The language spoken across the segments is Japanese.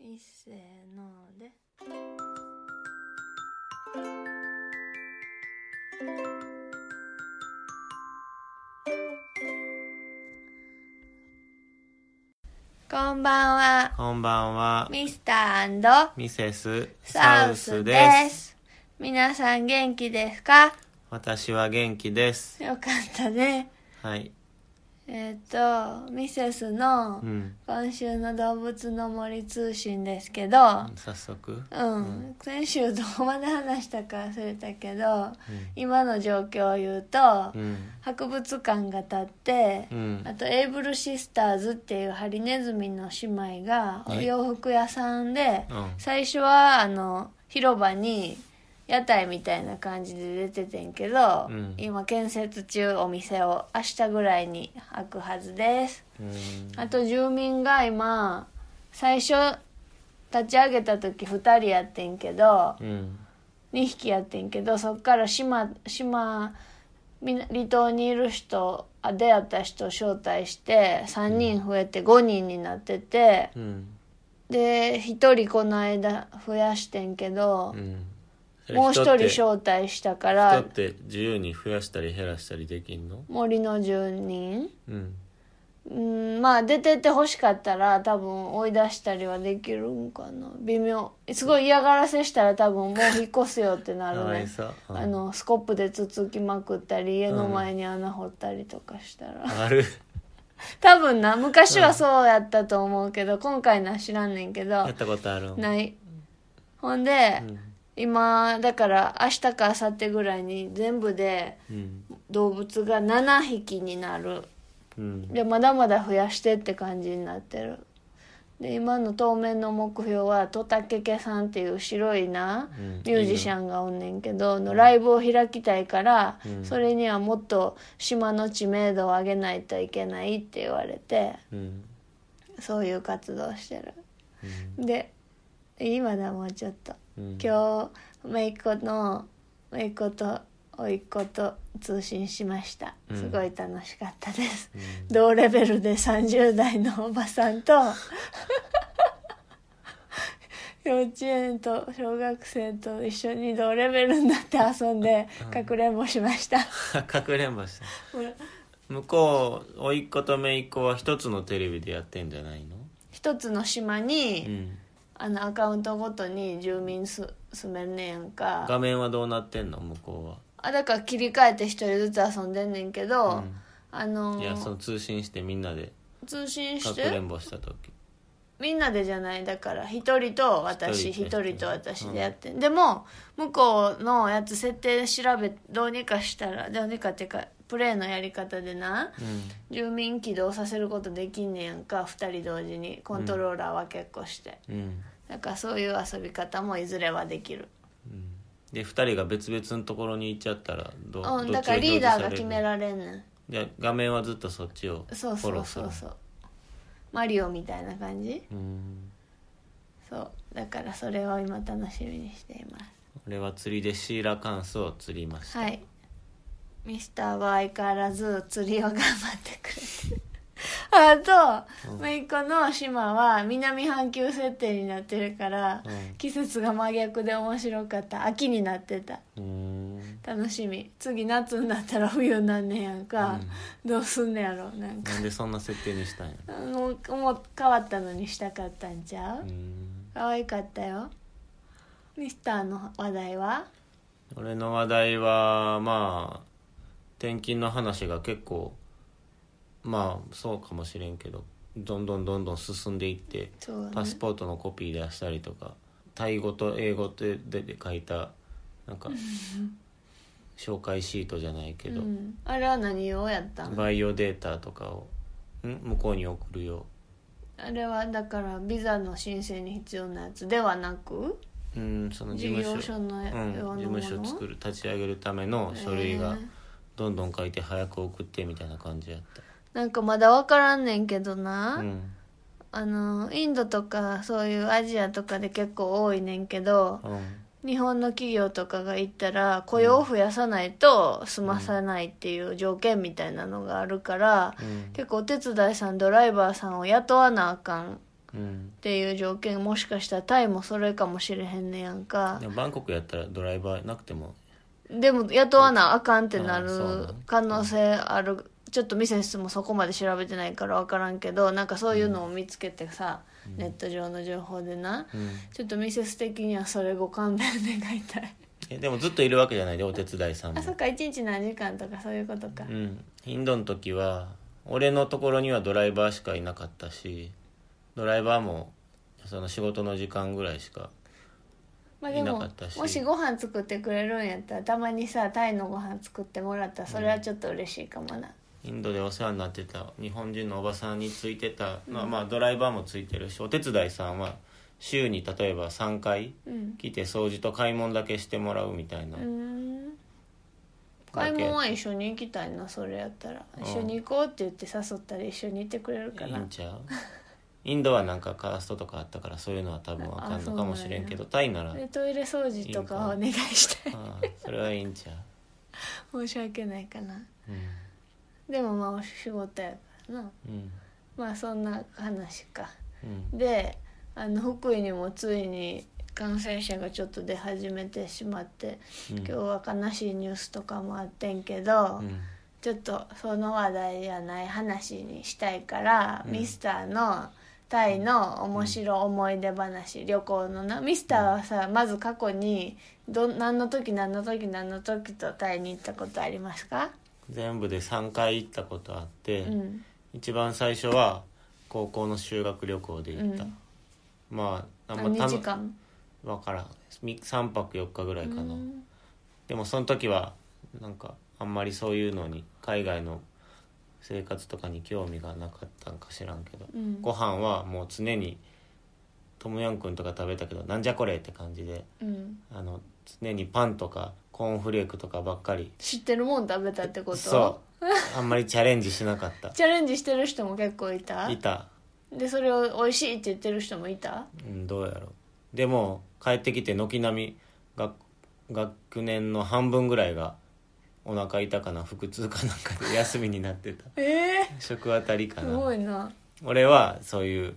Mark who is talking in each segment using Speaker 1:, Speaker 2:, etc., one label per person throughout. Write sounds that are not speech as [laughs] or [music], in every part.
Speaker 1: いっせーのでこんばんは
Speaker 2: こんばんは、
Speaker 1: ミスター
Speaker 2: ミセス
Speaker 1: サ
Speaker 2: サ
Speaker 1: ウ
Speaker 2: ウ
Speaker 1: ス
Speaker 2: ス
Speaker 1: で
Speaker 2: ですす。
Speaker 1: 皆さん元気ですか
Speaker 2: 私は元気です。
Speaker 1: よかったね
Speaker 2: はい。
Speaker 1: えっ、とミセスの
Speaker 2: うん。
Speaker 1: 今週の動物の森通信ですけど、
Speaker 2: 早速。
Speaker 1: うん、
Speaker 2: うん
Speaker 1: 先週どこまで話したか忘れたけど
Speaker 2: う
Speaker 1: 今の状況を言うと、
Speaker 2: ん。うん。
Speaker 1: 博物館が建って、
Speaker 2: うん
Speaker 1: あとエイブルシスターズっていうハリネズミの姉妹がお
Speaker 2: ね
Speaker 1: 洋服屋さんで、
Speaker 2: うん
Speaker 1: 最初はあの広場に屋台みたいな感じで出ててんけど、
Speaker 2: うん
Speaker 1: 今建設中お店を明日ぐらいに開くはずです
Speaker 2: うん。
Speaker 1: あと住民が今最初立ち上げた時2人やってんけど
Speaker 2: うん。
Speaker 1: 2匹やってんけどそっから島島みな離島にいる人あ出会った人を招待して3人増えて5人になってて
Speaker 2: うん。
Speaker 1: で1人この間増やしてんけど
Speaker 2: うん。
Speaker 1: もう
Speaker 2: 人っ
Speaker 1: 1
Speaker 2: て
Speaker 1: 人招待したか
Speaker 2: 人
Speaker 1: ら
Speaker 2: って自由に増やしたり減らしたりできんの
Speaker 1: 森の住人
Speaker 2: うん。
Speaker 1: うんまあ出てって欲しかったら多分追い出したりはできるんかな微妙すごい嫌がらせしたら多分もう引っ越すよってな
Speaker 2: [laughs] か
Speaker 1: る
Speaker 2: わい
Speaker 1: ね
Speaker 2: さ。うん
Speaker 1: あ。のスコップでつつきまくったり家の前に穴掘ったりとかしたら、
Speaker 2: ある。
Speaker 1: 多分な昔はそうやったと思うけど今回のは知らんねんけど
Speaker 2: やったことあるん
Speaker 1: ないほんで、
Speaker 2: うん。
Speaker 1: 今だから明日か明後日ぐらいに全部で
Speaker 2: うん。
Speaker 1: 動物が7匹になる
Speaker 2: うん。
Speaker 1: でまだまだ増やしてって感じになってるで今の当面の目標はトタケケさんっていう白いな、
Speaker 2: うん
Speaker 1: ミュージシャンがおんねんけどのライブを開きたいから、
Speaker 2: うん
Speaker 1: それにはもっと島の知名度を上げないといけないって言われて
Speaker 2: うん。
Speaker 1: そういう活動してるで今だもうちょっと
Speaker 2: うん。
Speaker 1: 今日めいっ子のめいっ子とおいっ子と通信しました
Speaker 2: うん
Speaker 1: すごい楽しかったです、
Speaker 2: うん
Speaker 1: 同レベルで30代のおばさんと幼稚園と小学生と一緒に同レベルになって遊んで
Speaker 2: うん
Speaker 1: かくれんぼしました、
Speaker 2: かくれんぼした。
Speaker 1: ほら
Speaker 2: 向こう、甥っ子と姪っ子は一つのテレビでやってんじゃないの
Speaker 1: 一つの島に、
Speaker 2: うん。
Speaker 1: あのアカウントごとに住民す住めんねやんか
Speaker 2: 画面はどうなってんの向こ
Speaker 1: あだから切り替えて一人ずつ遊んでんねんけ
Speaker 2: う
Speaker 1: ど、
Speaker 2: は、
Speaker 1: あ
Speaker 2: う
Speaker 1: の
Speaker 2: ん、いやその通信してみんなで
Speaker 1: 通信
Speaker 2: か
Speaker 1: し
Speaker 2: くれ
Speaker 1: て
Speaker 2: んぼした時
Speaker 1: みんなでじゃないだから一人と私一
Speaker 2: 一
Speaker 1: 人
Speaker 2: 人
Speaker 1: と私でやって、でも向こうのやつ設定調べどうにかしたらどうにかっていうかプレイのやり方でな
Speaker 2: う
Speaker 1: 住民起動させることできんねやんか2人同時にコントローラーは結構して、
Speaker 2: んうん、
Speaker 1: だからそういう遊び方もいずれはできる
Speaker 2: うん、で2人が別々のところに行っちゃったらどどっ
Speaker 1: う
Speaker 2: ち
Speaker 1: んだからリーダーが決められんねん
Speaker 2: じゃあ画面はずっとそっちをフ
Speaker 1: そう
Speaker 2: ォ
Speaker 1: そ
Speaker 2: ロ
Speaker 1: う
Speaker 2: ーす
Speaker 1: そ
Speaker 2: る
Speaker 1: うそうマリオみたいな感じ
Speaker 2: うん
Speaker 1: そうだからそれを今楽しみにしています
Speaker 2: 俺は釣りでシーラカンスを釣りました、
Speaker 1: はいミスターは相変わらず釣りを頑張ってくれ
Speaker 2: [laughs]
Speaker 1: てあと、
Speaker 2: うん
Speaker 1: メイコの島は南半球設定になってるから、
Speaker 2: うん
Speaker 1: 季節が真逆で面白かった秋になってた
Speaker 2: うーん
Speaker 1: 楽しみ次夏になったら冬になんねやんか、どうすんねやろなんか
Speaker 2: なんでそんな設定にしたんや
Speaker 1: もうもう変わったのにしたかったんち [laughs] ゃう、
Speaker 2: うん
Speaker 1: 可愛かったよミスターの話題は
Speaker 2: 俺の話題はまあ転勤の話が結構まあそうかもしれんけどどんどんどんどん進んでいって
Speaker 1: そうだ
Speaker 2: パ
Speaker 1: ね
Speaker 2: スポートのコピー出したりとかタイ語と英語でで書いたなんか紹介シートじゃないけど、
Speaker 1: うん、あれは何用やったん
Speaker 2: バイオデータとかをん向こうに送るよ
Speaker 1: あれはだからビザの申請に必要なやつではなく
Speaker 2: ううんその事
Speaker 1: 事
Speaker 2: 務
Speaker 1: 業
Speaker 2: 所
Speaker 1: 所の
Speaker 2: うん、
Speaker 1: 用
Speaker 2: 事
Speaker 1: のもの、
Speaker 2: 務所作る立ち上げるための書類が
Speaker 1: えー
Speaker 2: どんどん書いて早く送ってみたいな感じやっ
Speaker 1: なんかまだ分からんねんけどな、
Speaker 2: た、うん
Speaker 1: あのインドとかそういうアジアとかで結構多いねんけど
Speaker 2: うん、
Speaker 1: 日本の企業とかが行ったら雇用を増やさないと済まさないっていう条件みたいなのがあるから、
Speaker 2: うん
Speaker 1: 結構お手伝いさんドライバーさんを雇わなあかん
Speaker 2: うん
Speaker 1: っていう条件もしかしたらタイもそれかもしれへんねやんか
Speaker 2: でもバンコクやったらドライバーなくても
Speaker 1: でも雇わなあかんってな
Speaker 2: あそうな
Speaker 1: る
Speaker 2: ん
Speaker 1: 可能性あるちょっとミセスもそこまで調べてないから分からんけどなんかそういうのを見つけてさ、ネット上の情報でな、
Speaker 2: うん
Speaker 1: ちょっとミセス的にはそれご勘弁願いたい
Speaker 2: えでもずっといるわけじゃないでお手伝いさんも
Speaker 1: あそっか一日何時間とかそういうことか、
Speaker 2: うんインドの時は俺のところにはドライバーしかいなかったしドライバーもその仕事の時間ぐらいしか
Speaker 1: まあで
Speaker 2: いな
Speaker 1: も
Speaker 2: かったし
Speaker 1: もしご飯作ってくれるんやったらたまにさタイのご飯作ってもらったらそれはちょっと嬉しいかもな、
Speaker 2: インドでお世話になってた日本人のおばさんについてた、まあまあドライバーもついてるしお手伝いさんは週に例えば3回
Speaker 1: うん
Speaker 2: 来て掃除と買い物だけしてもらうみたいな、
Speaker 1: うーん買い物は一緒に行きたいなそれやったら
Speaker 2: うん
Speaker 1: 一緒に行こうって言って誘ったら一緒に行ってくれるか
Speaker 2: いい
Speaker 1: なん
Speaker 2: ちゃうインドはなんかカーストとかあったからそういうのは多分わか
Speaker 1: あ
Speaker 2: ん
Speaker 1: そうな
Speaker 2: のか
Speaker 1: んや
Speaker 2: もしれんけどタイなら
Speaker 1: でトイレ掃除とかはお願いしたい [laughs]
Speaker 2: ああそれはいいんちゃ
Speaker 1: 申し訳ないかな
Speaker 2: う
Speaker 1: でもまあお仕事やからな
Speaker 2: うんうん
Speaker 1: まあそんな話か
Speaker 2: うん
Speaker 1: であの福井にもついに感染者がちょっと出始めてしまって
Speaker 2: うん
Speaker 1: 今日は悲しいニュースとかもあってんけど、
Speaker 2: うん
Speaker 1: ちょっとその話題じゃない話にしたいから、
Speaker 2: うん
Speaker 1: ミスターのタイの面白思い出話、旅行のなミスターはさまず過去にど何の時何の時何の時とタイに行ったことありますか、
Speaker 2: 全部で3回行ったことあって、
Speaker 1: うん
Speaker 2: 一番最初は高校の修学旅行で行った、
Speaker 1: うん
Speaker 2: まああん
Speaker 1: 何
Speaker 2: ま
Speaker 1: 時間
Speaker 2: 分からん3泊4日ぐらいかな、
Speaker 1: うん
Speaker 2: でもその時はなんかあんまりそういうのに海外の生活とかに興味がなかったんか知らんけど、
Speaker 1: うん
Speaker 2: ご飯はもう常にトムヤンクンとか食べたけどなんじゃこれって感じで
Speaker 1: うん
Speaker 2: あの常にパンとかコーンフレークとかばっかり
Speaker 1: 知ってるもん食べたってこと
Speaker 2: そうあんまりチャレンジしなかった
Speaker 1: チャレンジしてる人も結構い [laughs] た
Speaker 2: いた、
Speaker 1: でそれを美味しいって言ってる人もいた
Speaker 2: うん、どうやろうでも帰ってきて軒並み学学年の半分ぐらいがお腹痛かな腹痛かなんかで休みになって
Speaker 1: [laughs]
Speaker 2: た
Speaker 1: ええ
Speaker 2: 食あたりか
Speaker 1: す
Speaker 2: な
Speaker 1: ごいな
Speaker 2: 俺はそういう、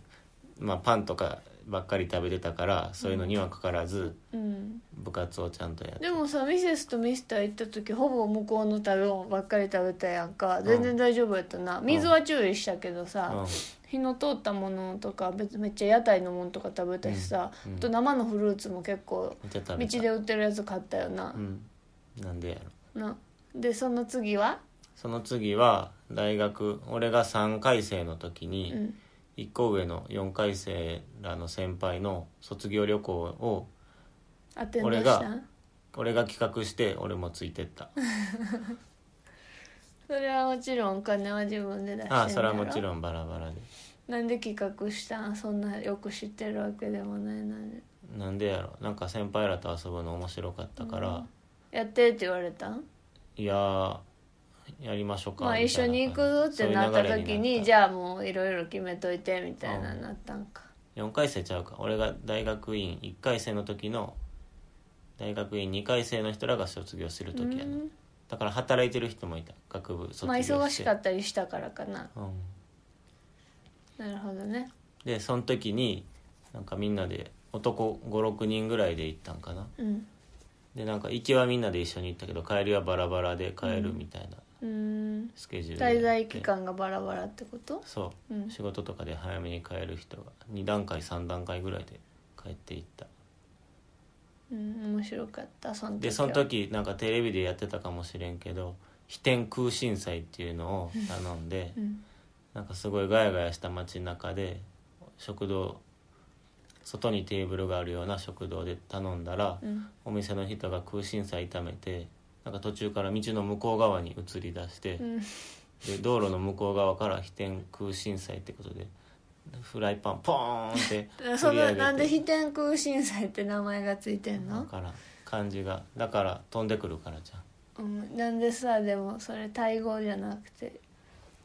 Speaker 2: まあ、パンとかばっかり食べてたからそういうのにはかからず
Speaker 1: うん
Speaker 2: 部活をちゃんとやって、
Speaker 1: でもさミセスとミスター行った時ほぼ向こうの食べ物ばっかり食べたやんか全然大丈夫やったな、水は注意したけどさ、
Speaker 2: うん
Speaker 1: 火の通ったものとか別めっちゃ屋台のものとか食べたしさ、
Speaker 2: うんうん
Speaker 1: あと生のフルーツも結構
Speaker 2: めっち
Speaker 1: 道
Speaker 2: ゃ食べた
Speaker 1: で売ってるやつ買ったよな
Speaker 2: う、んなんでやろ
Speaker 1: なでその次は、
Speaker 2: その次は大学俺が3回生の時
Speaker 1: う
Speaker 2: に、
Speaker 1: ん、
Speaker 2: 1個上の4回生らの先輩の卒業旅行を
Speaker 1: アテンド
Speaker 2: 俺
Speaker 1: し
Speaker 2: が
Speaker 1: た
Speaker 2: 俺が企画して俺もついてった
Speaker 1: それはもちろんお金は自分で出してん
Speaker 2: ああそれはもち
Speaker 1: ん
Speaker 2: ろんバラバラで
Speaker 1: なんで企画したんそんなよく知ってるわけでもないのに
Speaker 2: なんでやろなんか先輩らと遊ぶの面白かったから、
Speaker 1: やってって言われたん
Speaker 2: いやーやりましょうか
Speaker 1: まあ
Speaker 2: み
Speaker 1: 一
Speaker 2: た
Speaker 1: 緒
Speaker 2: いな
Speaker 1: に行くぞってなった時にじ
Speaker 2: ゃ
Speaker 1: ゃあもういろいろ決めといてみたいななったんか、
Speaker 2: 4回生ちゃうか俺が大学院1回生の時の大学院2回生の人らが卒業する時
Speaker 1: う
Speaker 2: やな、
Speaker 1: ん
Speaker 2: だから働いてる人もいた学部卒
Speaker 1: まあ
Speaker 2: 業して
Speaker 1: 忙しかったりしたからかな
Speaker 2: た、うん
Speaker 1: なるほどね
Speaker 2: でその時になんかみんなで男56人ぐらいで行ったんかな
Speaker 1: うん
Speaker 2: でなんか行きはみんなで一緒に行ったけど帰りはバラバラで帰るみたいな
Speaker 1: うーん
Speaker 2: スケジュールで
Speaker 1: 滞在期間がバラバラってこと
Speaker 2: そううん仕事とかで早めに帰る人が2段階3段階ぐらいで帰っていった
Speaker 1: うん面白かったその時は
Speaker 2: でその時なんかテレビでやってたかもしれんけど飛天空心祭っていうのを頼んで
Speaker 1: うん
Speaker 2: なんかすごいガヤガヤした街中で食堂外にテーブルがあるような食堂で頼んだら、
Speaker 1: うん
Speaker 2: お店の人が空心菜炒めてなんか途中から道の向こう側に移り出して、
Speaker 1: [laughs] うん
Speaker 2: で道路の向こう側から飛天空心菜ってことでフライパンポーンって
Speaker 1: だ [laughs] からそのなんで飛天空心祭って名前がついてん
Speaker 2: だ
Speaker 1: の、
Speaker 2: から感じがだから飛んでくるからじゃん
Speaker 1: うん、なんでさでもそれタイ語じゃなくて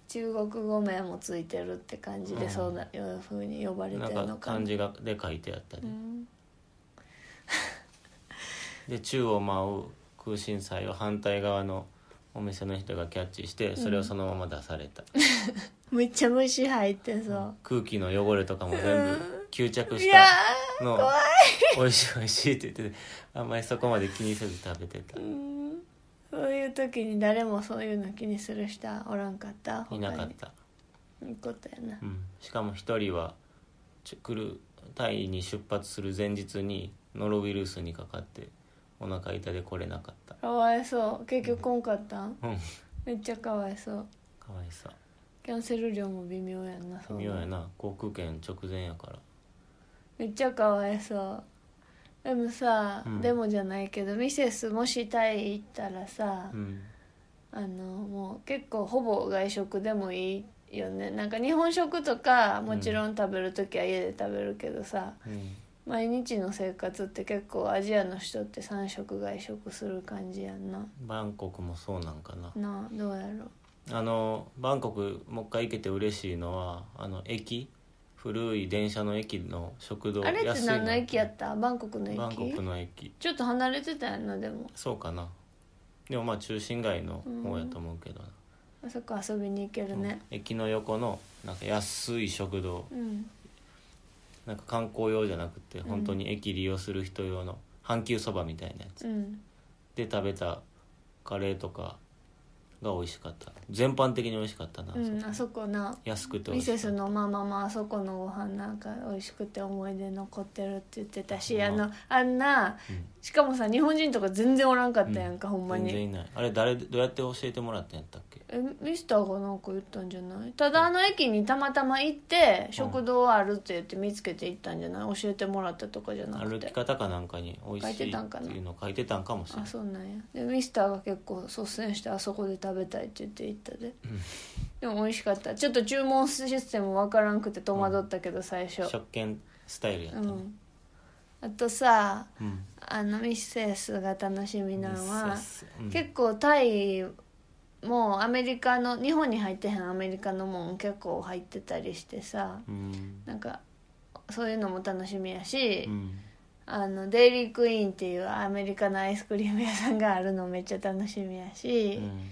Speaker 1: 中国語名もついてるって感じで、
Speaker 2: うん
Speaker 1: そうだいうふうに呼ばれてるの
Speaker 2: な
Speaker 1: か
Speaker 2: んか
Speaker 1: な
Speaker 2: 漢字がで書いてあったり、
Speaker 1: うん
Speaker 2: で宙を舞う空心菜を反対側のお店の人がキャッチしてそれをそのまま出された、
Speaker 1: めっちゃ虫入ってそう、
Speaker 2: 空気の汚れとかも全部吸着
Speaker 1: い
Speaker 2: し
Speaker 1: や
Speaker 2: たの美味しい美味しいって言っててあんまりそこまで気にせず食べてた
Speaker 1: ーうんそういう時に誰もそういうの気にする人はおらんかった
Speaker 2: いなかった、
Speaker 1: たいいことやな
Speaker 2: うん、しかも一人はちょ来るタイに出発する前日にノロウイルスにかかってお腹痛で来れなかった
Speaker 1: かわいそう結局来んかったん
Speaker 2: うん
Speaker 1: めっちゃかわいそう
Speaker 2: かわいさ
Speaker 1: キャンセル料も微妙やんなそう
Speaker 2: 微妙やな航空券直前やから
Speaker 1: めっちゃかわいそうでもさ、
Speaker 2: うん
Speaker 1: でもじゃないけどミセスもしタイ行ったらさ、
Speaker 2: うん
Speaker 1: あのもう結構ほぼ外食でもいいよねなんか日本食とかもちろん食べる時は家で食べるけどさ、
Speaker 2: うん
Speaker 1: 毎日の生活って結構アジアの人って3食外食する感じやんな
Speaker 2: バンコクもそうなんかな
Speaker 1: なあどうやろ
Speaker 2: あのバンコクもう一回行けて嬉しいのはあの駅古い電車の駅の食堂
Speaker 1: うあれって
Speaker 2: 安い
Speaker 1: 何の駅やったバンコクの駅
Speaker 2: バンコクの駅
Speaker 1: ちょっと離れてたやんなでも
Speaker 2: そうかなでもまあ中心街の方やと思うけどな、
Speaker 1: あそこ遊びに行けるね
Speaker 2: うん駅の横のなんか安い食堂
Speaker 1: うん
Speaker 2: なんか観光用じゃなくて本当に駅利用する人用の阪急そばみたいなやつ
Speaker 1: うん
Speaker 2: で食べたカレーとかが美味しかった全般的に美味しかったな、
Speaker 1: うんあそこな
Speaker 2: 安くて
Speaker 1: ミ
Speaker 2: 美味し
Speaker 1: セ
Speaker 2: か
Speaker 1: ス
Speaker 2: った
Speaker 1: のママもあそこのご飯なんか美味しくて思い出残ってるって言ってたし
Speaker 2: あ
Speaker 1: あ
Speaker 2: ほんま
Speaker 1: のあんな
Speaker 2: うん
Speaker 1: しかもさ日本人とか全然おらんかったやんか、ほんま
Speaker 2: 全然
Speaker 1: に
Speaker 2: いないあれ誰どうやって教えてもらったんやったっけ
Speaker 1: えミスターがなんか言ったんじゃないただあの駅にたまたま行って食堂あるって言って見つけて行ったんじゃない教えてもらったとかじゃなく
Speaker 2: 歩き
Speaker 1: て
Speaker 2: 方かなんかに美味しいっていうのを書いてたんかもしれ
Speaker 1: あ
Speaker 2: ない
Speaker 1: そうなんやでミスターが結構率先してあそこで食べたいって言って行ったで、でも美味しかったちょっと注文システムわからんくて戸惑ったけど最初
Speaker 2: 食券スタイルやった
Speaker 1: う
Speaker 2: ね
Speaker 1: んあとさ
Speaker 2: うん
Speaker 1: あのミセスが楽しみなのは
Speaker 2: うん
Speaker 1: 結構タイもアメリカの日本に入ってへんアメリカのもん結構入ってたりしてさ
Speaker 2: うん
Speaker 1: なんかそういうのも楽しみやし、
Speaker 2: うん
Speaker 1: あのデイリークイーンっていうアメリカのアイスクリーム屋さんがあるのめっちゃ楽しみや
Speaker 2: う
Speaker 1: し、
Speaker 2: ん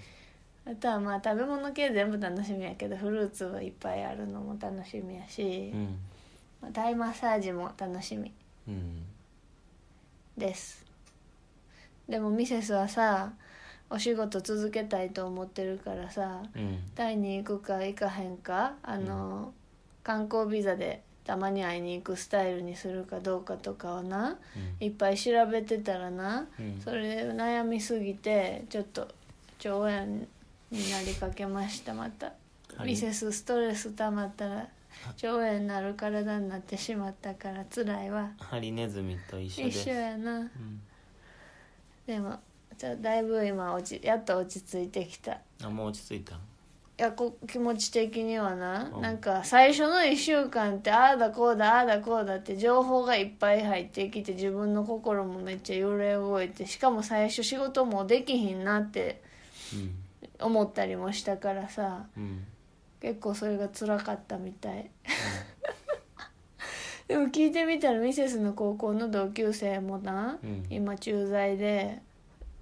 Speaker 1: あとはまあ食べ物系全部楽しみやけどフルーツはいっぱいあるのも楽しみやし
Speaker 2: う、ん
Speaker 1: まあタイマッサージも楽しみ
Speaker 2: うん
Speaker 1: ですでもミセスはさお仕事続けたいと思ってるからさ
Speaker 2: うん
Speaker 1: タイに行くか行かへんかあの、観光ビザでたまに会いに行くスタイルにするかどうかとかをな
Speaker 2: うん
Speaker 1: いっぱい調べてたらな
Speaker 2: うん
Speaker 1: それで悩みすぎてちょっと腸炎になりかけましたまた、
Speaker 2: はい
Speaker 1: ミセスストレス溜まったら腸炎になる体になってしまったから辛いわ
Speaker 2: ハリネズミと一緒で
Speaker 1: 一
Speaker 2: す
Speaker 1: 緒やな、
Speaker 2: うん
Speaker 1: でもちょだいぶ今落ちやっと落ち着いてきたい
Speaker 2: あもう落ち着いた
Speaker 1: やこ気持ち的にはな、
Speaker 2: うん
Speaker 1: なんか最初の1週間ってああだこうだああだこうだって情報がいっぱい入ってきて自分の心もめっちゃ揺れ動いてしかも最初仕事もできひんなって
Speaker 2: うん
Speaker 1: 思ったりもしたからさ
Speaker 2: うん
Speaker 1: 結構それが辛かったみたい [laughs] でも聞いてみたらミセスの高校の同級生もな、
Speaker 2: うん
Speaker 1: 今駐在で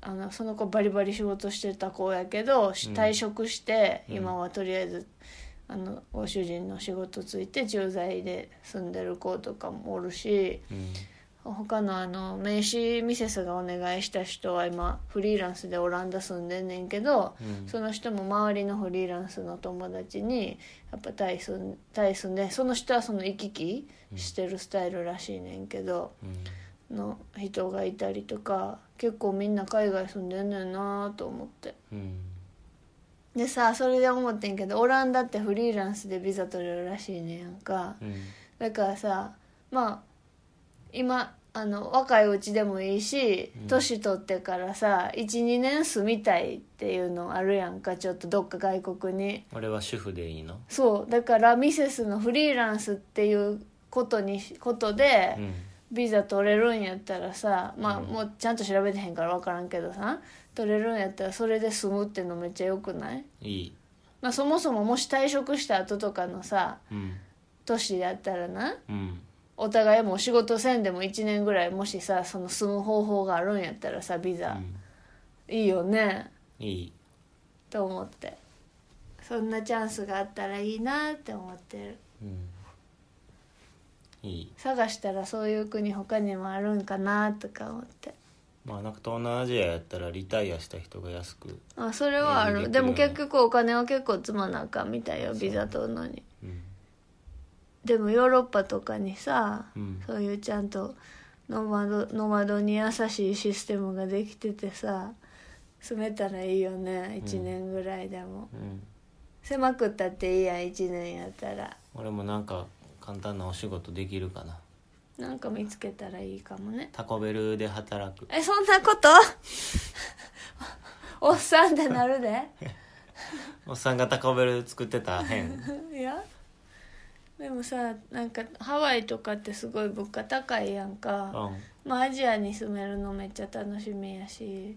Speaker 1: あのその子バリバリ仕事してた子やけどし退職して、
Speaker 2: うん
Speaker 1: 今はとりあえずあのご主人の仕事ついて駐在で住んでる子とかもおるし
Speaker 2: うん
Speaker 1: 他のあの名刺ミセスがお願いした人は今フリーランスでオランダ住んでんねんけど、
Speaker 2: うん
Speaker 1: その人も周りのフリーランスの友達にやっぱタイ住んタイ住んでその人はその行き来してるスタイルらしいねんけど。
Speaker 2: うん
Speaker 1: の人がいたりとか結構みんな海外住んでんねんなと思って
Speaker 2: うん
Speaker 1: でさそれで思ってんけどオランダってフリーランスでビザ取れるらしいねやんか
Speaker 2: うん
Speaker 1: だからさまあ今あの若いうちでもいいし
Speaker 2: うん
Speaker 1: 年取ってからさ12年住みたいっていうのあるやんかちょっとどっか外国に
Speaker 2: 俺は主婦でいいの
Speaker 1: そうだからミセスのフリーランスっていうことにことで、
Speaker 2: うん
Speaker 1: ビザ取れるんやったらさまあ
Speaker 2: うん
Speaker 1: もうちゃんと調べてへんから分からんけどさ取れるんやったらそれで住むってのめっちゃよくない、
Speaker 2: いい
Speaker 1: まあ、そもそももし退職した後とかのさ
Speaker 2: うん
Speaker 1: 年やったらな
Speaker 2: うん
Speaker 1: お互いもう仕事せんでも1年ぐらいもしさその住む方法があるんやったらさビ
Speaker 2: う
Speaker 1: ザ、
Speaker 2: ん
Speaker 1: いいよね
Speaker 2: いい
Speaker 1: と思ってそんなチャンスがあったらいいなって思ってる
Speaker 2: うんいい
Speaker 1: 探したらそういう国他にもあるんかなとか思って
Speaker 2: まあなんか東南アジアやったらリタイアした人が安く、
Speaker 1: あそれはあ
Speaker 2: ね
Speaker 1: るで
Speaker 2: できるよ
Speaker 1: も
Speaker 2: ね
Speaker 1: 結局お金は結構積まなあかんみたいよビザ取るのに
Speaker 2: うん
Speaker 1: でもヨーロッパとかにさ、
Speaker 2: うん
Speaker 1: そういうちゃんとノマドノマドに優しいシステムができててさ住めたらいいよね1年ぐらいでも、
Speaker 2: うん、
Speaker 1: 狭くったっていいやん1年やったら
Speaker 2: 俺もなんか簡単なお仕事できるかな
Speaker 1: なんか見つけたらいいかもね
Speaker 2: タコベルで働く
Speaker 1: えそんなこと
Speaker 2: [laughs]
Speaker 1: おっさんってなるで
Speaker 2: おっさんがタコベル作ってた変
Speaker 1: [laughs] いやでもさなんかハワイとかってすごい物価高いやんか
Speaker 2: うん
Speaker 1: まあアジアに住めるのめっちゃ楽しみやし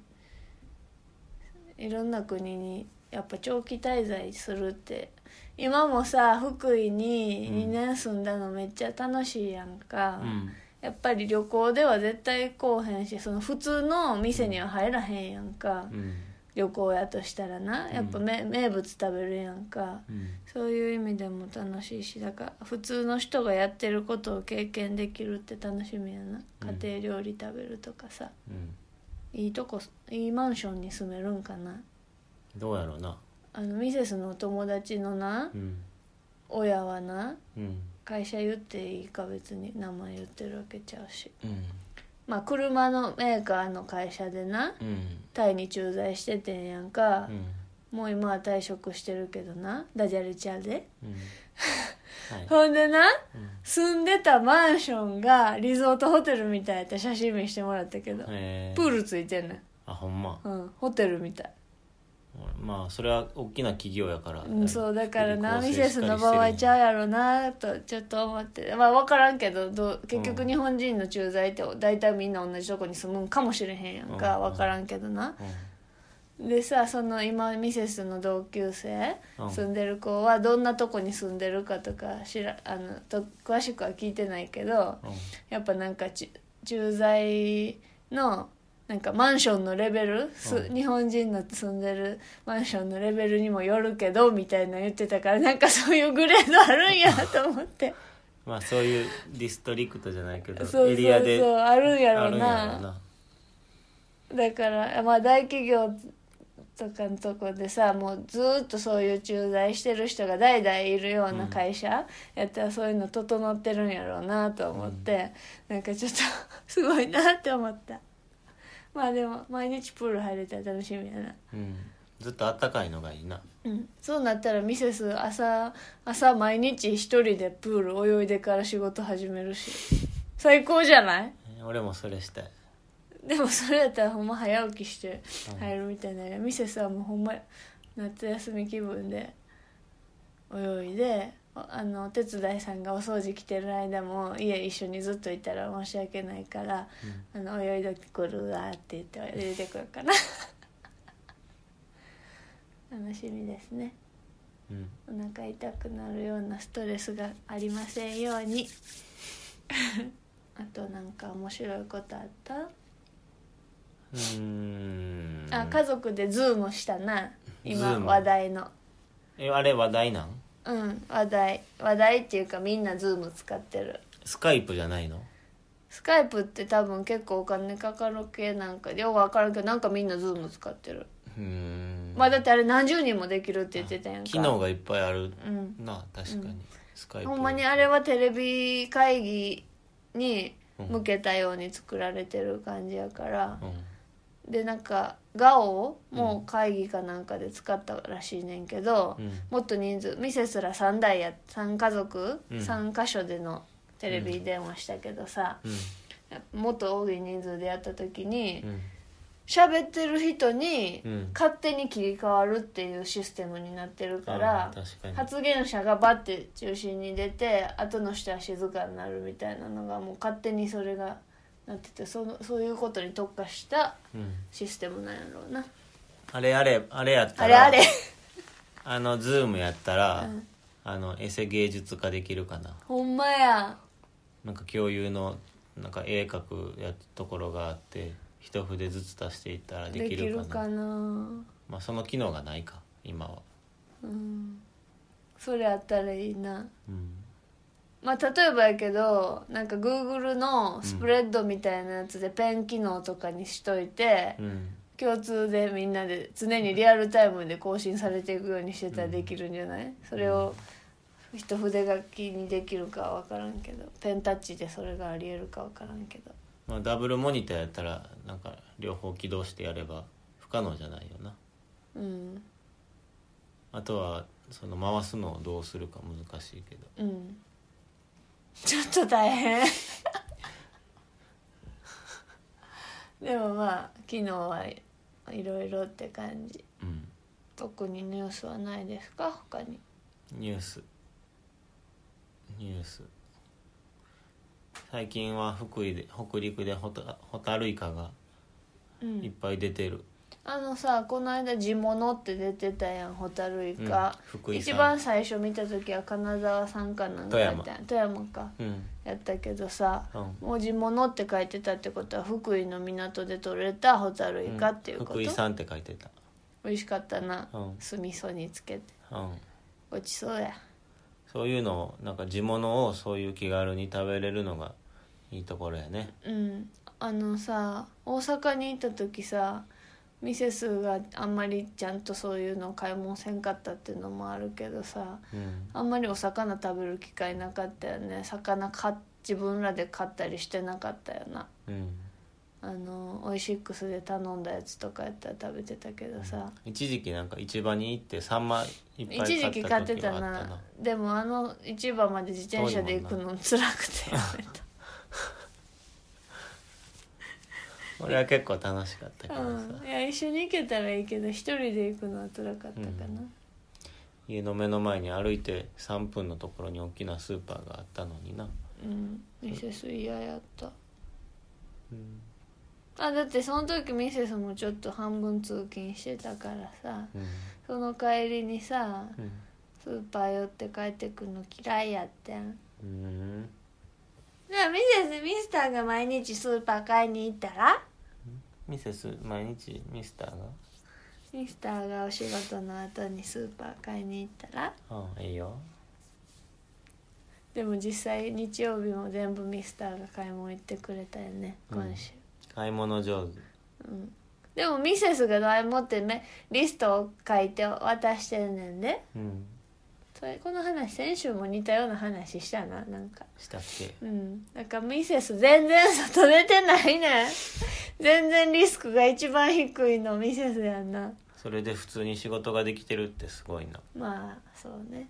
Speaker 1: いろんな国にやっぱ長期滞在するって今もさ福井に
Speaker 2: うん
Speaker 1: 2年住んだのめっちゃ楽しいやんか、
Speaker 2: うん
Speaker 1: やっぱり旅行では絶対こうへんしその普通の店には入らへんやんか、
Speaker 2: うん
Speaker 1: 旅行やとしたらなやっぱめ、名物食べるやんか、
Speaker 2: うん
Speaker 1: そういう意味でも楽しいしだから普通の人がやってることを経験できるって楽しみやな
Speaker 2: うん
Speaker 1: 家庭料理食べるとかさ、
Speaker 2: うん
Speaker 1: いいとこいいマンションに住めるんかな
Speaker 2: どうやろうな
Speaker 1: あのミセスのお友達のな
Speaker 2: うん
Speaker 1: 親はな
Speaker 2: うん
Speaker 1: 会社言っていいか別に名前言ってるわけちゃうし
Speaker 2: うん
Speaker 1: まあ車のメーカーの会社でな
Speaker 2: うん
Speaker 1: タイに駐在しててんやんか
Speaker 2: う、ん
Speaker 1: もう今は退職してるけどなダジャレちゃうで
Speaker 2: うんはい
Speaker 1: ほんでな
Speaker 2: うん
Speaker 1: 住んでたマンションがリゾートホテルみたいやって写真見してもらったけど、
Speaker 2: えー
Speaker 1: プールついてんね
Speaker 2: あほんま
Speaker 1: ん、うん、ホテルみたい、
Speaker 2: まあそれは大きな企業やから
Speaker 1: うん、そうだからなミ
Speaker 2: 作り
Speaker 1: セ
Speaker 2: 構成し
Speaker 1: ス
Speaker 2: っかり
Speaker 1: の
Speaker 2: して
Speaker 1: 場
Speaker 2: るんや
Speaker 1: 合ちゃうやろなとちょっと思ってまあ分からんけどどう結
Speaker 2: う
Speaker 1: 局
Speaker 2: ん
Speaker 1: 日本人の駐在って大体みんな同じとこに住むんかもしれへんやんか
Speaker 2: うん
Speaker 1: 分からんけどな
Speaker 2: うん
Speaker 1: でさその今ミセスの同級生
Speaker 2: うん
Speaker 1: 住んでる子はどんなとこに住んでるかとか知らあのと詳しくは聞いてないけどやっぱなんかち駐在のなんかマンションのレベル、す
Speaker 2: うん
Speaker 1: 日本人の住んでるマンションのレベルにもよるけどみたいな言ってたからなんかそういうグレードあるんやと思って
Speaker 2: まあそういうディストリクトじゃないけ
Speaker 1: そう
Speaker 2: ど
Speaker 1: そう
Speaker 2: [laughs] エリアで
Speaker 1: そうあるんや
Speaker 2: あ
Speaker 1: ろ
Speaker 2: るんやろ
Speaker 1: うな
Speaker 2: うな
Speaker 1: だからまあ大企業とかのとこでさもうずーっとそういう駐在してる人が代々いるような会社やったらそういうの整ってるんやろうなと思って、なんかちょっと [laughs] すごいなって思ったまあでも毎日プール入れたら楽しみやな
Speaker 2: うんずっとあったかいのがいいな
Speaker 1: うんそうなったらミセス朝朝毎日一人でプール泳いでから仕事始めるし最高じゃない
Speaker 2: え俺もそれしたい
Speaker 1: でもそれやったらほんま早起きして
Speaker 2: うん
Speaker 1: 入るみたいなミセスはもうほんま夏休み気分で泳いでああのお手伝いさんがお掃除来てる間も家一緒にずっといたら申し訳ないから
Speaker 2: うん
Speaker 1: 「あの泳いでくるわ」って言って泳いでくるかな [laughs] 楽しみですね
Speaker 2: うん
Speaker 1: お腹痛くなるようなストレスがありませんように [laughs] あとなんか面白いことあった
Speaker 2: うーん
Speaker 1: あ家族でズームしたな
Speaker 2: ズ
Speaker 1: 今
Speaker 2: ーム
Speaker 1: 話題の
Speaker 2: えあれ話題なん
Speaker 1: うん話題話題っていうかみんなズーム使ってる
Speaker 2: スカイプじゃないの
Speaker 1: スカイプって多分結構お金かかる系なんかよく分からんけどなんかみんなズーム使ってる
Speaker 2: うーん
Speaker 1: まあだってあれ何十人もできるって言ってたやんか
Speaker 2: 機能がいっぱいあ
Speaker 1: う
Speaker 2: る
Speaker 1: ん
Speaker 2: な確かにスカイプ
Speaker 1: ほんまにあれはテレビ会議に向けたように作られてる感じやから
Speaker 2: う、ん
Speaker 1: でなんかガオも会議かなんかで使ったらしいねんけど、
Speaker 2: うん
Speaker 1: もっと人数ミセスら3台や3家族、
Speaker 2: うん
Speaker 1: 三3箇所でのテレビ電話したけどさ、
Speaker 2: うん
Speaker 1: もっと多い人数でやった時に
Speaker 2: うん
Speaker 1: 喋、ってる人に
Speaker 2: うん
Speaker 1: 勝手に切り替わるっていうシステムになってるから
Speaker 2: あ、ー確かに
Speaker 1: 発言者がバッて中心に出て後の人は静かになるみたいなのがもう勝手にそれがなっててそのそういうことに特化した
Speaker 2: うん
Speaker 1: システムなんやろうな。
Speaker 2: あれあれあれやった
Speaker 1: あれ
Speaker 2: ら
Speaker 1: あれ
Speaker 2: あのズームやったら、
Speaker 1: うん
Speaker 2: あのエセ芸術化できるかな
Speaker 1: [laughs] ほんまや
Speaker 2: なんか共有のなんか絵描くやところがあって一筆ずつ足していったらで
Speaker 1: で
Speaker 2: き
Speaker 1: き
Speaker 2: るか
Speaker 1: る
Speaker 2: な
Speaker 1: かな
Speaker 2: まあ、その機能がないか今は、
Speaker 1: うんそれあったらいいな
Speaker 2: うん、
Speaker 1: まあ例えばやけどなんか Google のスプレッドみたいなやつでペン機能とかにしといて、
Speaker 2: うん、
Speaker 1: 共通でみんなで常にリアルタイムで更新されていくようにしてたらできるんじゃない、それを一筆書きにできるかは分からんけどペンタッチでそれがありえるか分からんけど
Speaker 2: まあ、ダブルモニターやったらなんか両方起動してやれば不可能じゃないよな
Speaker 1: うん
Speaker 2: あとはその回すのをどうするか難しいけど
Speaker 1: うんちょっと大変 [laughs] でもまあ昨日はいろいろって感じ
Speaker 2: うん
Speaker 1: 特にニュースはないですか他に
Speaker 2: ニュースニュース最近は福井で北陸でホタホタルイカが
Speaker 1: う
Speaker 2: いっ
Speaker 1: ん
Speaker 2: ぱい出てる、
Speaker 1: あのさこの間「地物」って出てたやんホタルイカ、
Speaker 2: うん福井さん
Speaker 1: 一番最初見た時は金沢さんかなんかやったやん富山か
Speaker 2: うん
Speaker 1: やったけどさ
Speaker 2: うん
Speaker 1: 「もう地物」って書いてたってことは福井の港で取れたホタルイカっていうこと、
Speaker 2: 福井さんって書いてた
Speaker 1: 美味しかったな、
Speaker 2: うん
Speaker 1: 酢味噌につけて
Speaker 2: うん
Speaker 1: ごちそうや
Speaker 2: そういうのをなんか地物をそういう気軽に食べれるのがいいところやね
Speaker 1: うんあのさ大阪に行った時さミセスがあんまりちゃんとそういうの買い物せんかったっていうのもあるけどさ
Speaker 2: うん
Speaker 1: あんまりお魚食べる機会なかったよね魚買っ自分らで買ったりしてなかったよな
Speaker 2: うん
Speaker 1: あのオイシックスで頼んだやつとかやったら食べてたけどさ
Speaker 2: 一時期なんか市場に行ってサンマいっぱい買った
Speaker 1: 一時期買って
Speaker 2: 時
Speaker 1: た
Speaker 2: はあ
Speaker 1: なでもあの市場まで自転車で行くの辛くてやめた
Speaker 2: 俺は結構楽しかったからさ、
Speaker 1: うん、いや一緒に行けたらいいけど一人で行くのは辛かったかな、
Speaker 2: 家の目の前に歩いて3分のところに大きなスーパーがあったのにな、
Speaker 1: うん、ミセス嫌やった
Speaker 2: うん
Speaker 1: あだってその時ミセスもちょっと半分通勤してたからさその帰りにさ
Speaker 2: うん
Speaker 1: スーパー寄って帰ってくの嫌いやってん
Speaker 2: うん
Speaker 1: じゃあミセスミスターが毎日スーパー買いに行ったら
Speaker 2: ミセス毎日ミスターが
Speaker 1: ミスターがお仕事の後にスーパー買いに行ったら
Speaker 2: 「うんいいよ
Speaker 1: でも実際日曜日も全部ミスターが買い物行ってくれたよね今週、
Speaker 2: 買い物上手
Speaker 1: うんでもミセスが台持ってねリストを書いて渡してんねんで」
Speaker 2: うん
Speaker 1: それこの話先週も似たような話したななんか
Speaker 2: したっけ
Speaker 1: うんなんかミセス全然外出てないねん全然リスクが一番低いのミセスやんな
Speaker 2: それで普通に仕事ができてるってすごいな
Speaker 1: まあそうね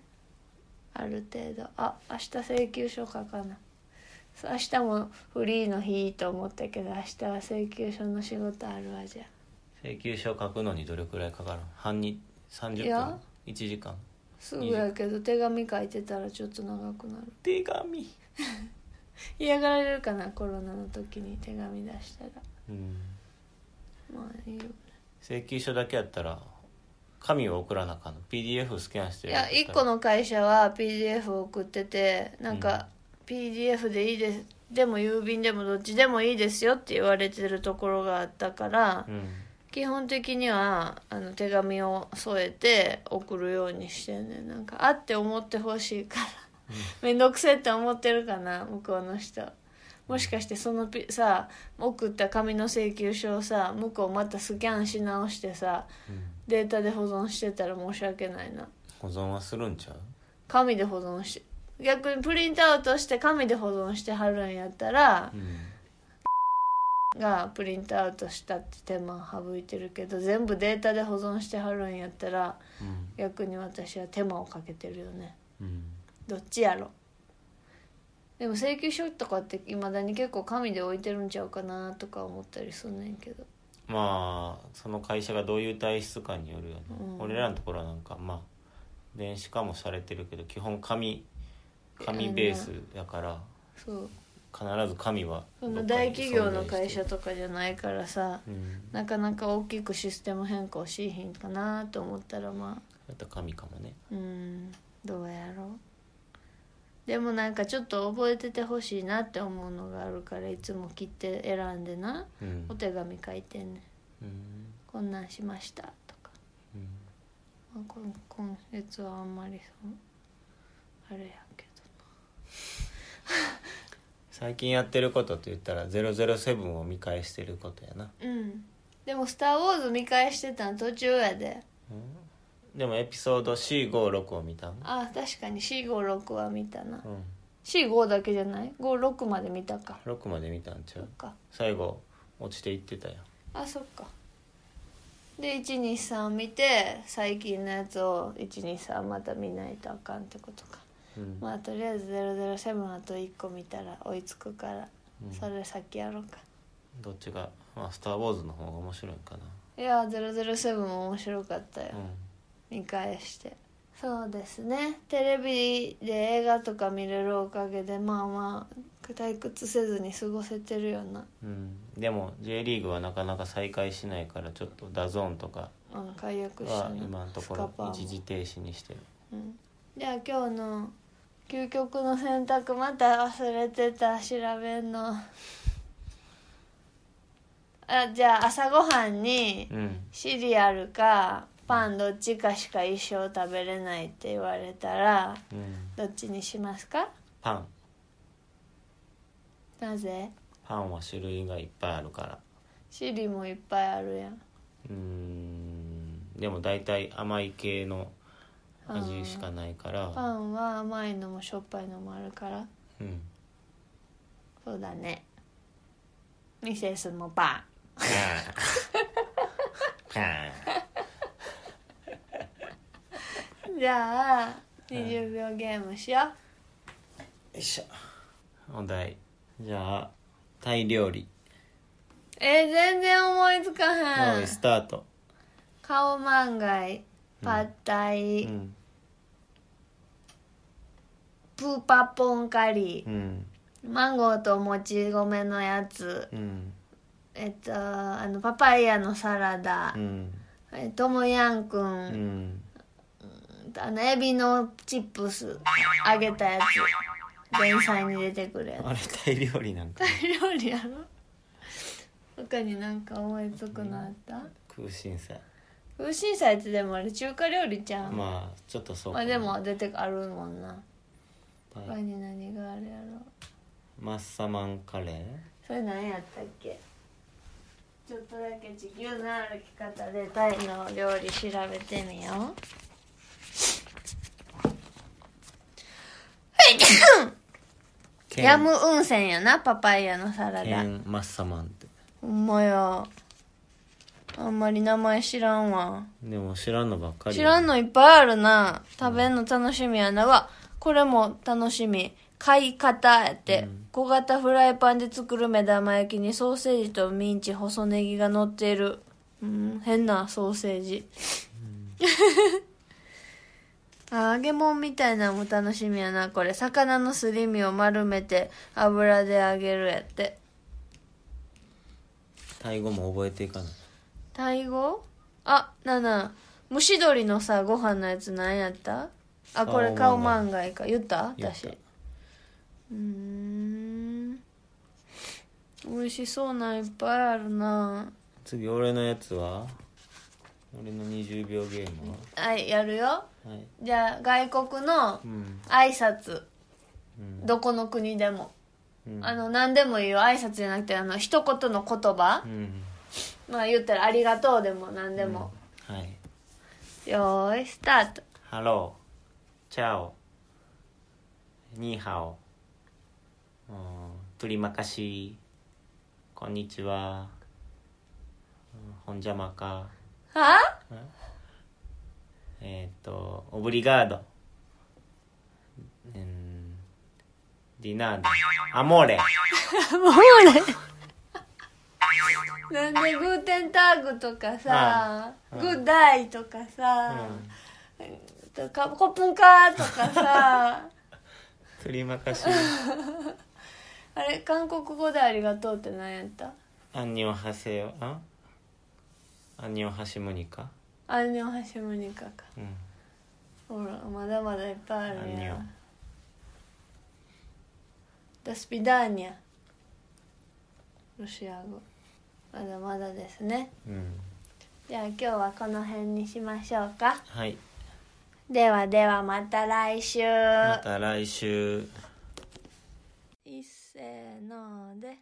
Speaker 1: ある程度あ明日請求書書かなそう明日もフリーの日と思ったけど明日は請求書の仕事あるわじゃあ
Speaker 2: 請求書書くのにどれくらいかかるの半日30
Speaker 1: いや
Speaker 2: 分1時間
Speaker 1: すぐやけど手紙書いてたらちょっと長くなる
Speaker 2: 手紙
Speaker 1: 嫌がられるかなコロナの時に手紙出したら
Speaker 2: うん
Speaker 1: まあいいよ
Speaker 2: 請求書だけやったら紙を送らなあかんの PDF スキャンして
Speaker 1: い
Speaker 2: る
Speaker 1: や1個の会社は PDF を送っててなんか PDF でいいですでも郵便でもどっちでもいいですよって言われてるところがあったから
Speaker 2: うん
Speaker 1: 基本的にはあの手紙を添えて送るようにしてんねんなんかあって思ってほしいから面倒くせえって思ってるかな向こうの人もしかしてそのピさ送った紙の請求書をさ向こうまたスキャンし直してさ
Speaker 2: うん
Speaker 1: データで保存してたら申し訳ないな
Speaker 2: 保存はするんちゃう
Speaker 1: 紙で保存し逆にプリントアウトして紙で保存してはるんやったら
Speaker 2: う、ん
Speaker 1: がプリントアウトしたって手間省いてるけど全部データで保存してはるんやったら
Speaker 2: うん
Speaker 1: 逆に私は手間をかけてるよね
Speaker 2: うん
Speaker 1: どっちやろでも請求書とかっていまだに結構紙で置いてるんちゃうかなとか思ったりすんねんけど
Speaker 2: まあその会社がどういう体質かによるよね、
Speaker 1: うん
Speaker 2: 俺らのところはなんかまあ電子化もされてるけど基本紙紙ベースだから
Speaker 1: そう
Speaker 2: 必ず紙は
Speaker 1: その大企業の会社
Speaker 2: と、
Speaker 1: とかじゃないからさ
Speaker 2: うん、
Speaker 1: なかなか大きくシステム変更しひんかなと思ったらまあ
Speaker 2: やったら紙かもね
Speaker 1: うんどうやろうでもなんかちょっと覚えててほしいなって思うのがあるからいつも切って選んでな
Speaker 2: うん
Speaker 1: お手紙書いてんねん
Speaker 2: うん
Speaker 1: こんなんしましたとか
Speaker 2: うん
Speaker 1: まあ、今今月はあんまりそうあれやけ
Speaker 2: 最近やってることって言ったら007を見返してることやな、
Speaker 1: どうんでも「スター・ウォーズ」見返してたん途中やで
Speaker 2: うん、でもエピソード456を見たん
Speaker 1: あ確かに456は見たな
Speaker 2: うん
Speaker 1: 45だけじゃない56まで見たか
Speaker 2: 6まで見たんちゃ
Speaker 1: そっ
Speaker 2: う
Speaker 1: か
Speaker 2: 最後落ちていってたやん
Speaker 1: あそっかで123見て最近のやつを123また見ないとあかんってことか
Speaker 2: うん
Speaker 1: まあとりあえず007あと1個見たら追いつくから、
Speaker 2: うん
Speaker 1: それ先やろうか
Speaker 2: どっちが「まあ、スター・ウォーズ」の方が面白いんかない
Speaker 1: や007も面白かったよ、
Speaker 2: う、
Speaker 1: 見返してそうですねテレビで映画とか見れるおかげでまあまあ退屈せずに過ごせてるようなん
Speaker 2: うん、でも J リーグはなかなか再開しないからちょっとダゾーンとか
Speaker 1: あの解約した
Speaker 2: は今のところ一時停止にしてる
Speaker 1: うん、じゃあ今日の究極の選択また忘れてた調べんのあじゃあ朝ごはんに
Speaker 2: うん
Speaker 1: シリアルかパンどっちかしか一生食べれないって言われたら
Speaker 2: うん
Speaker 1: どっちにしますか
Speaker 2: パン
Speaker 1: なぜ
Speaker 2: パンは種類がいっぱいあるから
Speaker 1: シリもいっぱいあるやん
Speaker 2: うんでも大体甘い系の味しかないか
Speaker 1: パ
Speaker 2: ら
Speaker 1: ンは甘いのもしょっぱいのもあるから
Speaker 2: うん
Speaker 1: そうだねミセスもパ
Speaker 2: パンパン
Speaker 1: ンじゃあ20秒ゲームしよう、
Speaker 2: よいしょお題じゃあタイ料理
Speaker 1: えー全然思いつか
Speaker 2: 用
Speaker 1: へん
Speaker 2: 意スタート
Speaker 1: 顔漫画パッタイ、
Speaker 2: うん
Speaker 1: プーパポンカリ
Speaker 2: うん
Speaker 1: ーマンゴーともち米のやつ
Speaker 2: うん
Speaker 1: えっとあのパパイヤのサラダ
Speaker 2: う、ん
Speaker 1: えトムヤンく、
Speaker 2: うんん
Speaker 1: あのエビのチップス揚げたやつ前菜に出てくるや
Speaker 2: あれタイ料理なん
Speaker 1: [laughs]
Speaker 2: か
Speaker 1: つ料理やろ他になんか思いつくのあった
Speaker 2: 空心菜
Speaker 1: 風神祭ってでもあれ中華料理じゃん、ま
Speaker 2: まあちょっとそう
Speaker 1: あ、
Speaker 2: かな
Speaker 1: でも出てあるもんな
Speaker 2: タイ
Speaker 1: 他に何があるやろ
Speaker 2: マッサマンカレー
Speaker 1: それ何やったっけちょっとだけ地球の歩き方でタイの料理調べてみよう
Speaker 2: ケン
Speaker 1: ヤムウンセンやなパパイヤのサラ
Speaker 2: ケ
Speaker 1: ダ
Speaker 2: ンマッサマンって
Speaker 1: ほんまやあんまり名前知らんわ
Speaker 2: でも知らんのばっかり
Speaker 1: 知らん
Speaker 2: の
Speaker 1: のいっぱいあるな食べんの楽しみやなわこれも楽しみ買い方やって、小型フライパンで作る目玉焼きにソーセージとミンチ細ネギが乗っているうん変なソーセージ、 [laughs] あ揚げ物みたいなのも楽しみやなこれ魚のすり身を丸めて油で揚げるやって
Speaker 2: タイ語も覚えていかない
Speaker 1: タイ語あなあなあ蒸し鶏のさご飯のやつ何やったあこれ
Speaker 2: 顔
Speaker 1: 顔
Speaker 2: 漫
Speaker 1: 漫画か言った
Speaker 2: 言った
Speaker 1: 私うーん美味しそうなんいっぱいあるな
Speaker 2: 次俺のやつは俺の20秒ゲーム
Speaker 1: はいやるよ
Speaker 2: ははい
Speaker 1: じゃあ外国の
Speaker 2: うん
Speaker 1: 挨拶
Speaker 2: うん
Speaker 1: どこの国でも
Speaker 2: うん
Speaker 1: あの何でもいいよ挨拶じゃなくてあの一言の言葉
Speaker 2: う、ん
Speaker 1: まあ言ったら「ありがとう」でも何でも、
Speaker 2: はい
Speaker 1: よーいスタート
Speaker 2: ハローチャオニーハオうんトゥリマカシこんにちはうんホンジャマカ
Speaker 1: は
Speaker 2: えっ、と、オブリガード。うんディナード。アモーレ。
Speaker 1: もうね。なんでグーテンターグとかさ、グッダイとかさ、とかコップンカーとかさ、 [laughs]
Speaker 2: トリマカシ。
Speaker 1: あれ韓国語でありがとうって何やった？
Speaker 2: アンニョンハセヨ。あアンニョンハシムニカ。
Speaker 1: アンニョンハシムニカか。
Speaker 2: うん。
Speaker 1: ほらまだまだいっぱいあ
Speaker 2: アン
Speaker 1: る
Speaker 2: ニョ
Speaker 1: や
Speaker 2: ン
Speaker 1: ん。。ダスピダーニャ。ロシア語。まだまだですね。
Speaker 2: うん。
Speaker 1: じゃあ今日はこの辺にしましょうか
Speaker 2: はい
Speaker 1: ではではまた来週
Speaker 2: また来週
Speaker 1: いっせーので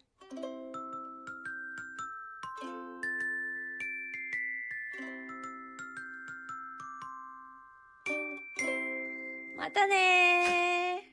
Speaker 1: またねー